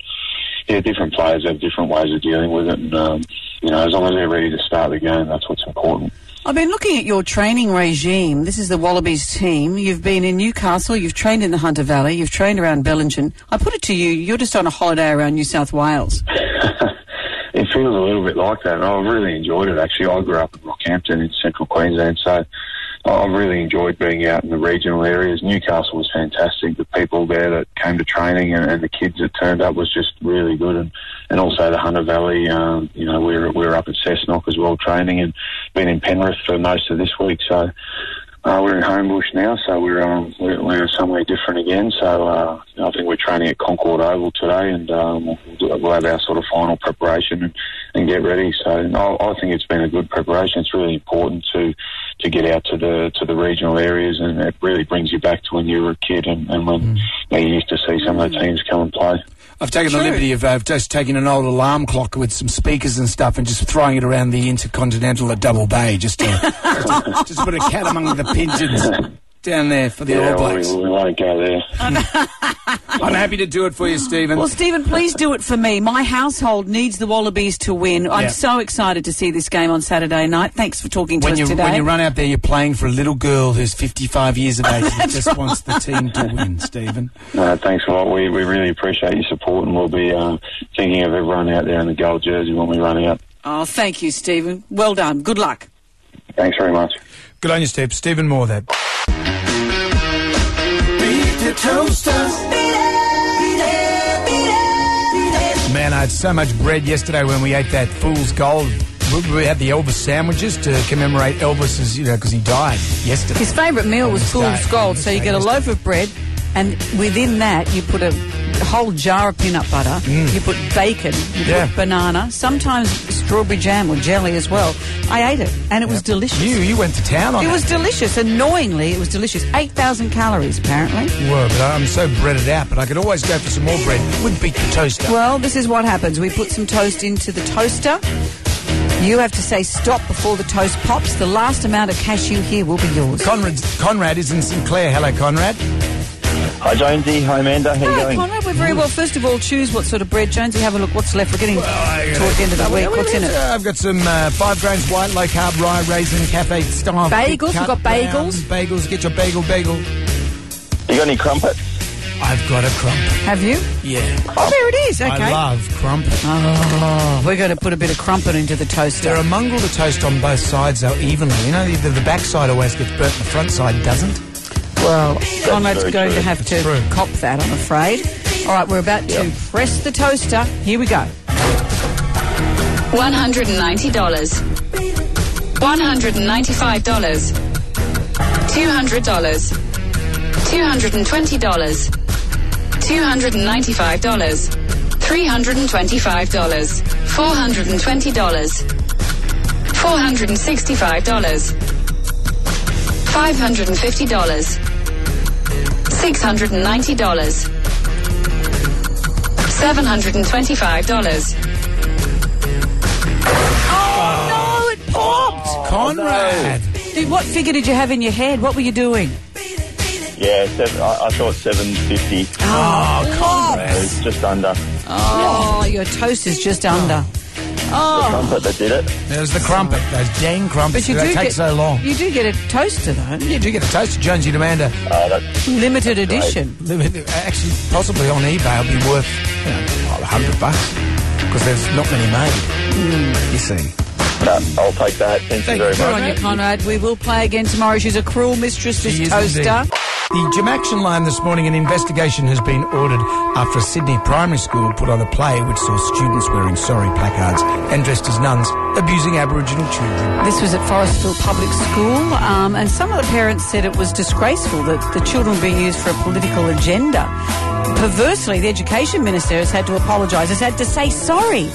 Speaker 12: Yeah, different players have different ways of dealing with it, and um, you know, as long as they're ready to start the game, that's what's important.
Speaker 8: I've been looking at your training regime. This is the Wallabies team. You've been in Newcastle, you've trained in the Hunter Valley, you've trained around Bellingen. I put it to you, you're just on a holiday around New South Wales.
Speaker 12: It feels a little bit like that, and I really enjoyed it. Actually, I grew up in Rockhampton in central Queensland, so I really enjoyed being out in the regional areas. Newcastle was fantastic. The people there that came to training and, and the kids that turned up was just really good, and, and also the Hunter Valley. Um, you know, we were we were up at Cessnock as well training, and been in Penrith for most of this week. So uh, we're in Homebush now, so we're um, we're, we're somewhere different again. So uh, I think we're training at Concord Oval today, and um, we'll, do- we'll have our sort of final preparation and, and get ready. So no, I think it's been a good preparation. It's really important to to get out to the to the regional areas, and it really brings you back to when you were a kid and, and when you, know, you used to see some of the teams come and play.
Speaker 5: I've taken the liberty of uh, just taking an old alarm clock with some speakers and stuff and just throwing it around the Intercontinental at Double Bay
Speaker 8: <laughs>
Speaker 5: just to, just, to- just to put a cat among the pigeons down there for the
Speaker 12: yeah,
Speaker 5: All Blacks.
Speaker 12: we, we won't go there.
Speaker 5: I'm happy to do it for you, Stephen.
Speaker 8: Well, Stephen, please do it for me. My household needs the Wallabies to win. I'm
Speaker 5: Yeah.
Speaker 8: so excited to see this game on Saturday night. Thanks for talking to
Speaker 5: when
Speaker 8: us
Speaker 5: you
Speaker 8: today.
Speaker 5: when you run out there, you're playing for a little girl who's 55 years of
Speaker 8: <laughs>
Speaker 5: age and just wants the team to win, Stephen.
Speaker 12: No, thanks a lot. We, we really appreciate your support, and we'll be uh, thinking of everyone out there in the gold jersey when we run out.
Speaker 8: oh, thank you, Stephen. Well done. Good luck.
Speaker 12: Thanks very much.
Speaker 5: Good on you, Steve. Stephen Moore, there.
Speaker 2: Beat the toasters. Beat it. Beat it. Beat it.
Speaker 5: Man, I had so much bread yesterday when we ate that fool's gold. We- We had the Elvis sandwiches to commemorate Elvis's, you know, because he died yesterday.
Speaker 8: His favourite meal was
Speaker 5: Elvis
Speaker 8: fool's
Speaker 5: died.
Speaker 8: gold. So you get a loaf of bread, and within that you put a whole jar of peanut butter. You put bacon, you
Speaker 5: Mm. Yeah.
Speaker 8: put banana, sometimes strawberry jam or jelly as well. I ate it, and it was delicious.
Speaker 5: You you went to town on
Speaker 8: It
Speaker 5: that.
Speaker 8: was delicious. Annoyingly, it was delicious. Eight thousand calories apparently.
Speaker 5: Whoa, but I'm so breaded out, but I could always go for some more bread. Would beat the toaster.
Speaker 8: Well, this is what happens. We put some toast into the toaster. You have to say stop before the toast pops. The last amount of cash you hear will be yours.
Speaker 5: Conrad, Conrad is in Sinclair. Hello, Conrad.
Speaker 24: Hi, Jonesy. Hi, Amanda. How you
Speaker 8: Hi,
Speaker 24: going?
Speaker 8: Conrad, we're very well. First of all, choose what sort of bread, Jonesy. Have a look. What's left? We're getting toward the end of the week. What's in it?
Speaker 5: Uh, I've got some uh, five grains white, low carb rye, raisin, cafe style.
Speaker 8: Bagels? We've got bagels.
Speaker 5: Bagels. Get your bagel, bagel.
Speaker 24: You got any crumpets?
Speaker 5: I've got a crumpet.
Speaker 8: Have you?
Speaker 5: Yeah.
Speaker 8: Oh, there it is. Okay.
Speaker 5: I love crumpet.
Speaker 8: Oh, we're going to put a bit of crumpet into the toaster.
Speaker 5: They're among all the toast on both sides, though, evenly. You know, either the back side always gets burnt, the front side doesn't.
Speaker 8: Well, Conrad's going to have to cop that, I'm afraid. All right, we're about to press the toaster. Here we go.
Speaker 17: One hundred and ninety dollars. One hundred and ninety-five dollars. Two hundred dollars. Two hundred and twenty dollars. Two hundred and ninety-five dollars. Three hundred and twenty-five dollars. Four hundred and twenty dollars. Four hundred and sixty-five dollars. Five hundred and fifty dollars. Six hundred and ninety dollars. Seven hundred and twenty-five dollars.
Speaker 8: Oh, no, it popped!
Speaker 5: Conrad!
Speaker 8: Dude, what figure did you have in your head? What were you doing?
Speaker 22: Yeah, seven, I, I thought 750.
Speaker 8: Oh,
Speaker 22: It
Speaker 8: Conrad!
Speaker 22: was just under.
Speaker 8: Oh, your toast is just
Speaker 5: Oh.
Speaker 8: under.
Speaker 22: The
Speaker 8: Oh.
Speaker 22: trumpet that did it.
Speaker 5: There's the crumpet, those dang crumpets.
Speaker 8: But you
Speaker 5: they
Speaker 8: do
Speaker 5: take
Speaker 8: get,
Speaker 5: so long.
Speaker 8: You do get a toaster though.
Speaker 5: You do get a toaster, Jones. You demand a
Speaker 22: Uh,
Speaker 8: Limited edition.
Speaker 5: Limited, Uh, actually, possibly on eBay, it'll be worth you know, a hundred bucks because there's not many made. Hmm. You see.
Speaker 22: No, I'll take that. Thank, you very
Speaker 8: Good on you,
Speaker 22: much.
Speaker 8: Conrad. We will play again tomorrow. She's a cruel mistress, this
Speaker 5: She is
Speaker 8: toaster.
Speaker 5: indeed. The Jim Action line this morning, an investigation has been ordered after a Sydney primary school put on a play which saw students wearing sorry placards and dressed as nuns abusing Aboriginal children.
Speaker 8: This was at Forestville Public School, um, and some of the parents said it was disgraceful that the children were being used for a political agenda. Perversely, the education minister has had to apologise, has had to say sorry.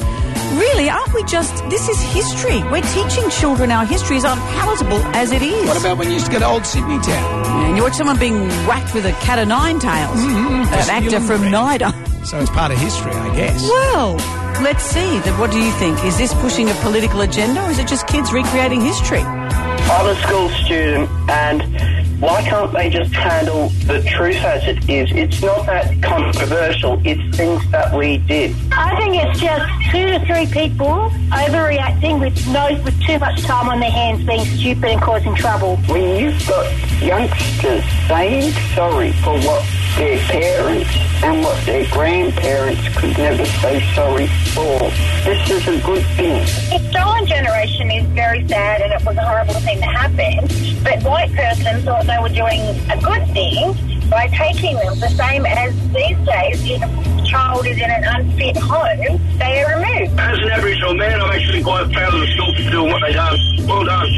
Speaker 8: Really, aren't we just. This is history. We're teaching children our history is unpalatable as it is.
Speaker 5: What about when you used to go to Old Sydney Town?
Speaker 8: And you watch someone being whacked with a cat o' nine tails.
Speaker 5: Mm-hmm.
Speaker 8: Mm-hmm. An actor from NIDA.
Speaker 5: So it's part of history, I guess.
Speaker 8: Well, let's see. That what do you think? Is this pushing a political agenda, or is it just kids recreating history?
Speaker 18: I'm a school student, and why can't they just handle the truth as it is? It's not that controversial. It's things that we did.
Speaker 25: I think it's just two to three people overreacting with no with too much time on their hands, being stupid and causing trouble.
Speaker 18: When you've got youngsters saying sorry for what their parents and what their grandparents could never say sorry for, this is a good thing.
Speaker 25: The stolen generation is very sad and it was a horrible thing to happen. But white person thought they were doing a good thing by taking them. The same as these days, if a child is in an unfit home, they are removed.
Speaker 26: As an Aboriginal man, I'm actually quite proud of the school for doing what they done. Well done.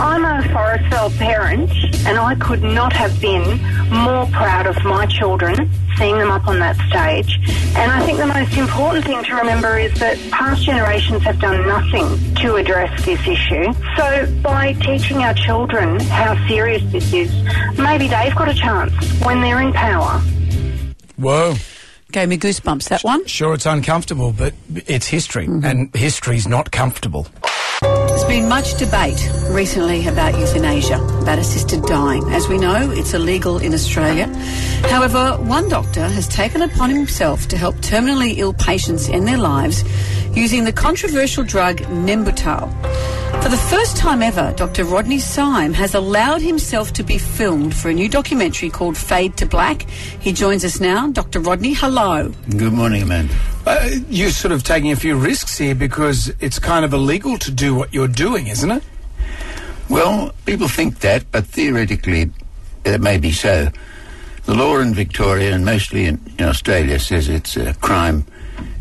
Speaker 25: I'm a Forestville parent, and I could not have been more proud of my children seeing them up on that stage. And I think the most important thing to remember is that past generations have done nothing to address this issue. So by teaching our children how serious this is, maybe they've got a chance when they're in power.
Speaker 5: Whoa.
Speaker 8: Gave me goosebumps, that one.
Speaker 5: Sure, it's uncomfortable, but it's history,
Speaker 8: Mm-hmm.
Speaker 5: and history's not comfortable.
Speaker 8: There's been much debate recently about euthanasia, about assisted dying. As we know, it's illegal in Australia. However, one doctor has taken upon himself to help terminally ill patients end their lives using the controversial drug Nembutal. For the first time ever, Dr. Rodney Syme has allowed himself to be filmed for a new documentary called Fade to Black. He joins us now. Dr. Rodney, hello.
Speaker 1: Good morning, man.
Speaker 5: Uh, you're sort of taking a few risks here because it's kind of illegal to do what you're doing, isn't it?
Speaker 1: Well, people think that, but theoretically, it may be so. The law in Victoria and mostly in, in Australia says it's a crime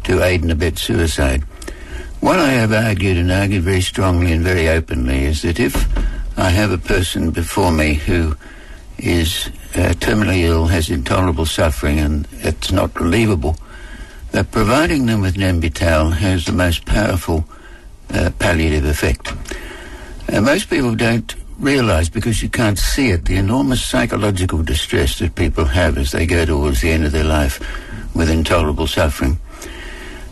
Speaker 1: to aid and abet suicide. What I have argued and argued very strongly and very openly is that if I have a person before me who is uh, terminally ill, has intolerable suffering, and it's not relievable, that providing them with Nembutal has the most powerful uh, palliative effect. And most people don't realize because you can't see it the enormous psychological distress that people have as they go towards the end of their life with intolerable suffering.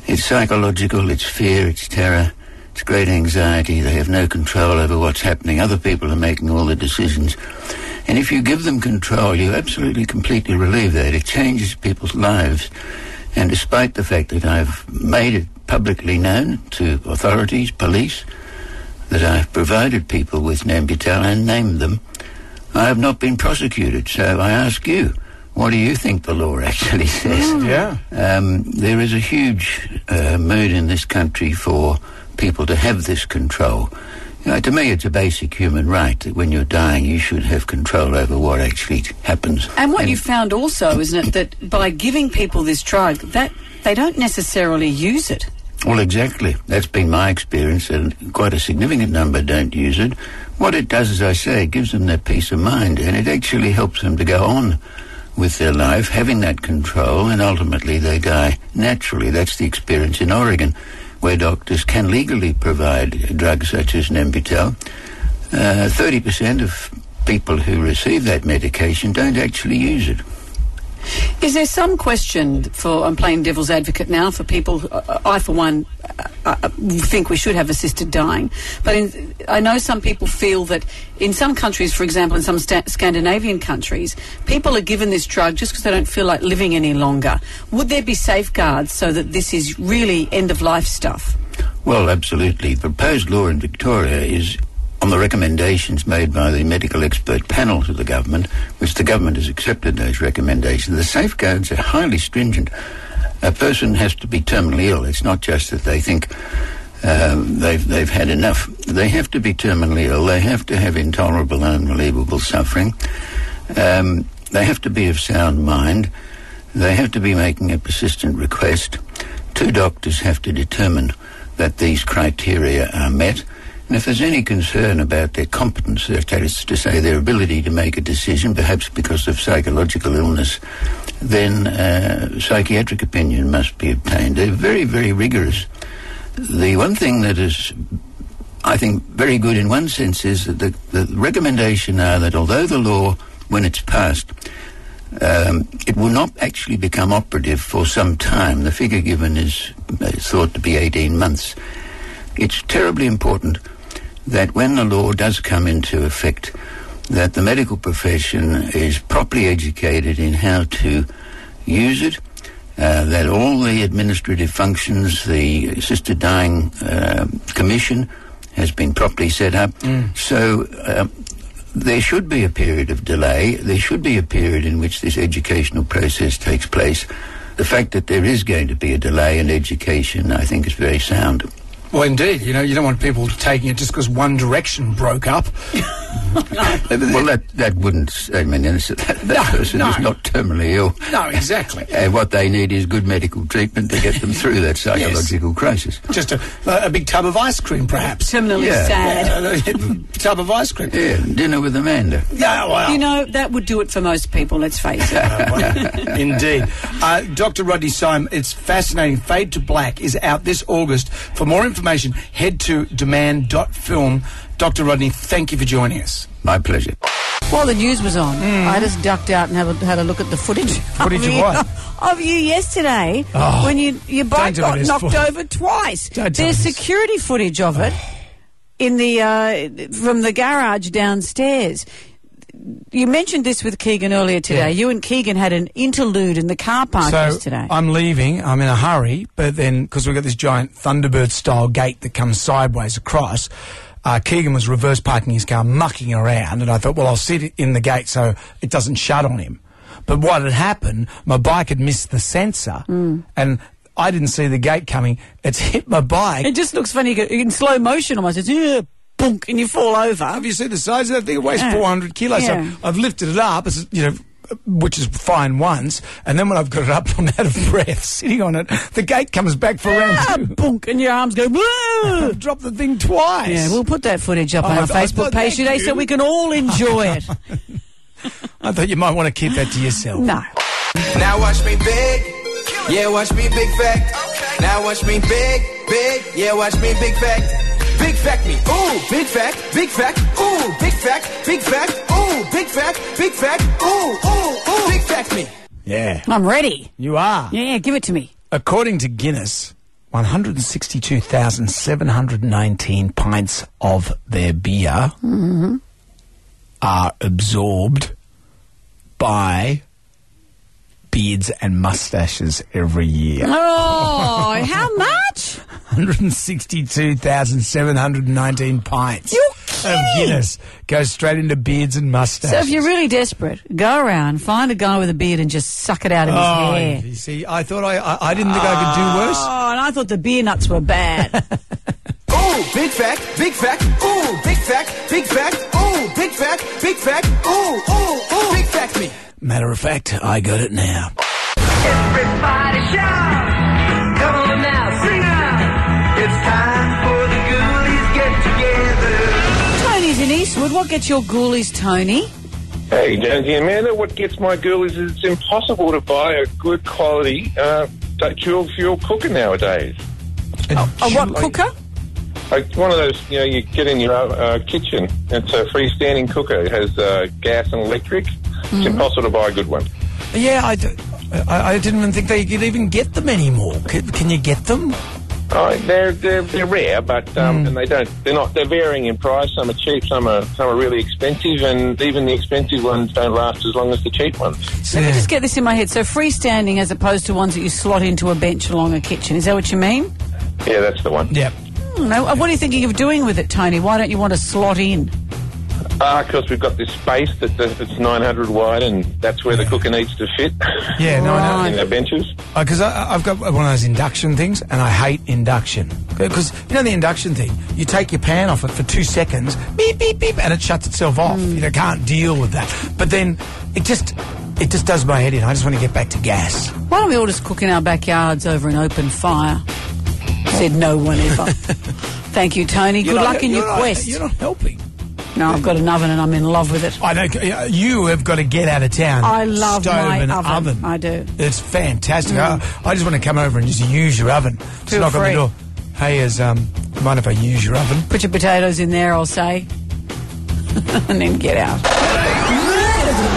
Speaker 1: It's psychological, it's fear, it's terror, it's great anxiety. They have no control over what's happening. Other people are making all the decisions. And if you give them control, you absolutely completely relieve that. It changes people's lives. And despite the fact that I've made it publicly known to authorities, police, that I've provided people with Nambutal and named them, I have not been prosecuted. So I ask you, what do you think the law <laughs> actually says?
Speaker 5: Yeah.
Speaker 1: Um, there is a huge uh, mood in this country for people to have this control. You know, to me, it's a basic human right that when you're dying, you should have control over what actually t- happens.
Speaker 8: And what you found also, isn't it, that by giving people this drug, that they don't necessarily use it.
Speaker 1: Well, exactly. That's been my experience, and quite a significant number don't use it. What it does, as I say, it gives them that peace of mind, and it actually helps them to go on with their life, having that control, and ultimately they die naturally. That's the experience in Oregon, where doctors can legally provide drugs such as Nembutal. Uh, 30% of people who receive that medication don't actually use it.
Speaker 8: Is there some question for, I'm playing devil's advocate now, for people, who- I for one uh, uh, think we should have assisted dying, but in, I know some people feel that in some countries, for example, in some sta- Scandinavian countries, people are given this drug just because they don't feel like living any longer. Would there be safeguards so that this is really end of life stuff?
Speaker 1: Well, absolutely. The proposed law in Victoria is on the recommendations made by the medical expert panel to the government, which the government has accepted those recommendations. The safeguards are highly stringent. A person has to be terminally ill. It's not just that they think um, they've, they've had enough. They have to be terminally ill. They have to have intolerable and unbelievable suffering. Um, they have to be of sound mind. They have to be making a persistent request. Two doctors have to determine that these criteria are met. And if there's any concern about their competence, that is to say their ability to make a decision, perhaps because of psychological illness, then uh, psychiatric opinion must be obtained. They're very, very rigorous. The one thing that is, I think, very good in one sense is that the, the recommendation are that although the law, when it's passed, um, it will not actually become operative for some time. The figure given is uh, thought to be 18 months. It's terribly important that when the law does come into effect, that the medical profession is properly educated in how to use it, uh, that all the administrative functions, the assisted dying uh, commission, has been properly set up. So um, there should be a period of delay. There should be a period in which this educational process takes place. The fact that there is going to be a delay in education, I think, is very sound.
Speaker 5: Well, indeed, you know, you don't want people taking it just because One Direction broke up.
Speaker 1: well, that, that wouldn't, I mean, that, that person is not terminally ill.
Speaker 5: No, exactly.
Speaker 1: And what they need is good medical treatment to get them through that psychological crisis.
Speaker 5: <laughs> Just a, a big tub of ice cream, perhaps. <laughs>
Speaker 8: Terminally
Speaker 1: Yeah.
Speaker 8: sad.
Speaker 5: tub of ice cream.
Speaker 1: Yeah, dinner with Amanda.
Speaker 5: Yeah, well.
Speaker 8: You know, that would do it for most people, let's face
Speaker 5: <laughs>
Speaker 8: it.
Speaker 5: Indeed. Uh, Dr. Rodney Syme, it's fascinating. Fade to Black is out this August. For more information, head to demand.film. Dr. Rodney, thank you for joining us.
Speaker 1: My pleasure.
Speaker 8: While the news was on, I just ducked out and had a, had a look at
Speaker 5: <laughs>
Speaker 8: the footage.
Speaker 5: Hmm. Footage of
Speaker 8: you,
Speaker 5: what?
Speaker 8: <laughs> Of you yesterday
Speaker 5: Oh.
Speaker 8: when you, your bike
Speaker 5: do
Speaker 8: got
Speaker 5: this,
Speaker 8: knocked
Speaker 5: boy.
Speaker 8: over twice.
Speaker 5: Don't do
Speaker 8: There's
Speaker 5: this. Oh.
Speaker 8: security footage of it in the uh, from the garage downstairs. You mentioned this with Keegan earlier today.
Speaker 5: Yeah.
Speaker 8: You and Keegan had an interlude in the car park yesterday.
Speaker 5: I'm leaving. I'm in a hurry, but then because we've got this giant Thunderbird style gate that comes sideways across. Uh, Keegan was reverse parking his car, mucking around, and I thought, well, I'll sit in the gate so it doesn't shut on him. But what had happened, my bike had missed the sensor,
Speaker 8: Mm.
Speaker 5: and I didn't see the gate coming. It's <laughs> hit my bike.
Speaker 8: it just looks funny you go- in slow motion almost. It's yeah, bonk, and you fall over. <laughs>
Speaker 5: Have you seen the size of that thing? It weighs
Speaker 8: Yeah.
Speaker 5: 400 kilos.
Speaker 8: Yeah.
Speaker 5: So I've lifted it up, as, you know, which is fine once. And then when I've got it up, <laughs> I'm out of breath sitting on it. The gate comes back for
Speaker 8: Ah,
Speaker 5: round two.
Speaker 8: bonk, and your arms go. Woo!
Speaker 5: I've dropped the thing twice.
Speaker 8: Yeah, we'll put that footage up
Speaker 5: Oh,
Speaker 8: on
Speaker 5: I
Speaker 8: our
Speaker 5: thought-
Speaker 8: Facebook
Speaker 5: oh, thank
Speaker 8: page today so
Speaker 5: you.
Speaker 8: we can all enjoy
Speaker 5: <laughs>
Speaker 8: it.
Speaker 5: I thought you might want to keep that to yourself.
Speaker 8: No.
Speaker 7: Now watch me big. Yeah, watch me big fact. Now watch me big, big. Yeah, watch me big fact. Big fact me. Ooh, big fact, big fact. Ooh, big fact, big fact. Ooh, big fact, big fact. Ooh, ooh, ooh, big fact me.
Speaker 5: Yeah.
Speaker 8: I'm ready.
Speaker 5: You are.
Speaker 8: Yeah, yeah, give it to me.
Speaker 5: According to Guinness, 162,719 pints of their beer
Speaker 8: Mm-hmm.
Speaker 5: are absorbed by beards and mustaches every year.
Speaker 8: Oh,
Speaker 17: <laughs>
Speaker 8: how much?
Speaker 5: 162,719 pints.
Speaker 8: You're
Speaker 5: of Guinness goes straight into beards and
Speaker 8: So if
Speaker 5: mustaches.
Speaker 8: you're really desperate, go around, find a guy with a beard and just suck it out of
Speaker 5: oh,
Speaker 8: his hair.
Speaker 5: you see, I thought I, I, I didn't think I could do worse.
Speaker 8: Oh, and I thought the beer nuts
Speaker 5: <laughs>
Speaker 8: were bad.
Speaker 7: Ooh, big fact, big fact, ooh, big fact, big fact, ooh, big fact, big fact, ooh, ooh, ooh, big fact me.
Speaker 5: Matter of fact, I got it now.
Speaker 2: Everybody shout! Come on now, sing out! It's time for the ghoulies get together.
Speaker 8: Tony's in Eastwood. What gets your ghoulies, Tony?
Speaker 9: Hey, Jonesy and Amanda, what gets my ghoulies is it's impossible to buy a good quality uh, dual fuel cooker nowadays.
Speaker 8: A what cooker?
Speaker 9: Like one of those, you know, you get in your uh, kitchen. It's a freestanding cooker. It has uh, gas and electric. It's impossible to buy a good one.
Speaker 5: Yeah, I, d- I, I didn't even think they could even get them anymore. Can, can you get them?
Speaker 9: Oh, they're, they're they're rare, but um, and they don't they're not they're varying in price. Some are cheap, some are some are really expensive, and even the expensive ones don't last as long as the cheap ones.
Speaker 8: Let me just get this in my head. So freestanding as opposed to ones that you slot into a bench along a kitchen. Is that what you mean?
Speaker 9: Yeah, that's the one.
Speaker 5: Yeah.
Speaker 8: Hmm, no. What are you thinking of doing with it, Tony? Why don't you want to slot in?
Speaker 9: Ah, because we've got this space that that- that's 900 wide, and that's where the cooker needs to fit.
Speaker 5: Yeah, no, I know.
Speaker 9: In the benches.
Speaker 5: Because Uh, I I've got one of those induction things, and I hate induction. Because you know the induction thing, you take your pan off it for two seconds, beep beep beep, and it shuts itself off.
Speaker 8: Hmm.
Speaker 5: You know, can't deal with that. But then it just it just does my head in. I just want to get back to gas.
Speaker 8: Why don't we all just cook in our backyards over an open fire? Said no
Speaker 5: <laughs>
Speaker 8: one ever. Thank you, Tony. Good
Speaker 5: You're not-
Speaker 8: luck in your
Speaker 5: you're not-
Speaker 8: quest.
Speaker 5: you're not helping.
Speaker 8: No, I've got an oven and I'm in love with it.
Speaker 5: I know uh, you have got to get out of town.
Speaker 8: I love
Speaker 5: Stove
Speaker 8: my
Speaker 5: and
Speaker 8: oven.
Speaker 5: oven.
Speaker 8: I do.
Speaker 5: It's fantastic.
Speaker 8: Mm.
Speaker 5: I, I just want to come over and just use your oven. Just
Speaker 8: Feel
Speaker 5: knock on
Speaker 8: free.
Speaker 5: the door. Hey, is um, mind if I use your oven?
Speaker 8: Put your potatoes in there, I'll say. <laughs> and then get out. My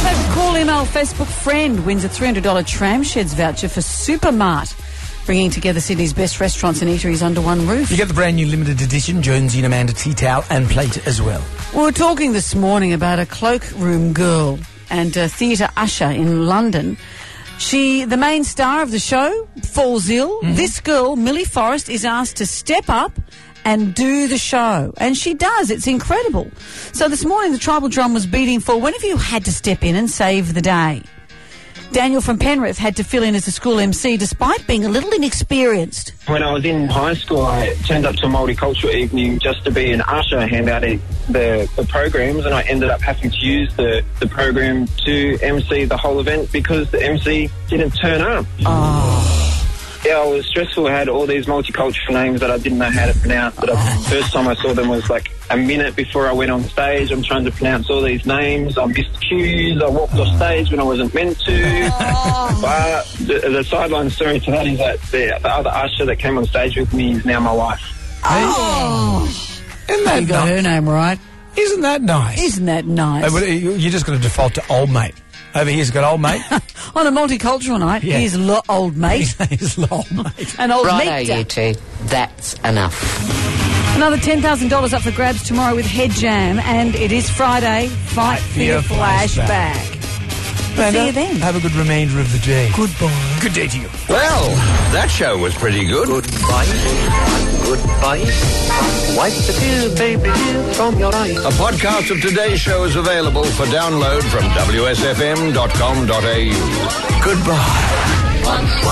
Speaker 8: favourite call, email, Facebook friend wins a $300 tram sheds voucher for Supermart, bringing together Sydney's best restaurants and eateries under one roof.
Speaker 5: You get the brand new limited edition Jonesy and Amanda tea towel and plate as well.
Speaker 8: We were talking this morning about a cloakroom girl and a theatre usher in London. She, the main star of the show, falls ill. This girl, Millie Forrest, is asked to step up and do the show. And she does. It's incredible. So this morning, the tribal drum was beating for when have you had to step in and save the day? Daniel from Penrith had to fill in as a school MC despite being a little inexperienced.
Speaker 18: When I was in high school, I turned up to a multicultural evening just to be an usher, hand out the, the, the programs, and I ended up having to use the, the program to MC the whole event because the MC didn't turn up. Yeah, it was stressful. I had all these multicultural names that I didn't know how to pronounce. But the first time I saw them was like a minute before I went on stage. I'm trying to pronounce all these names. I missed cues. I walked off stage when I wasn't meant to. but Uh, the, the sideline story to that is that the, the other usher that came on stage with me is now my wife.
Speaker 8: Oh!
Speaker 5: Isn't that
Speaker 8: you got
Speaker 5: nice?
Speaker 8: her name right.
Speaker 5: Isn't that nice?
Speaker 8: Isn't that nice?
Speaker 5: Uh, well, you- You're just going to default to old mate. Over here's got old mate.
Speaker 8: On a multicultural night,
Speaker 5: Yeah.
Speaker 8: he's lo- old <laughs> mate.
Speaker 5: <laughs> he's old mate.
Speaker 8: An old
Speaker 6: Righto,
Speaker 8: mate.
Speaker 6: you two. That's enough.
Speaker 8: Another $10,000 up for grabs tomorrow with Head Jam, and it is Friday. Fight for
Speaker 5: your
Speaker 8: your flashback.
Speaker 5: Amanda,
Speaker 8: See you then.
Speaker 5: Have a good remainder of the day. Goodbye. Good day to you.
Speaker 3: Well, that show was pretty good. Goodbye. Goodbye. Wipe the tears, baby, from your eyes. A podcast of today's show is available for download from wsfm.com.au. Goodbye.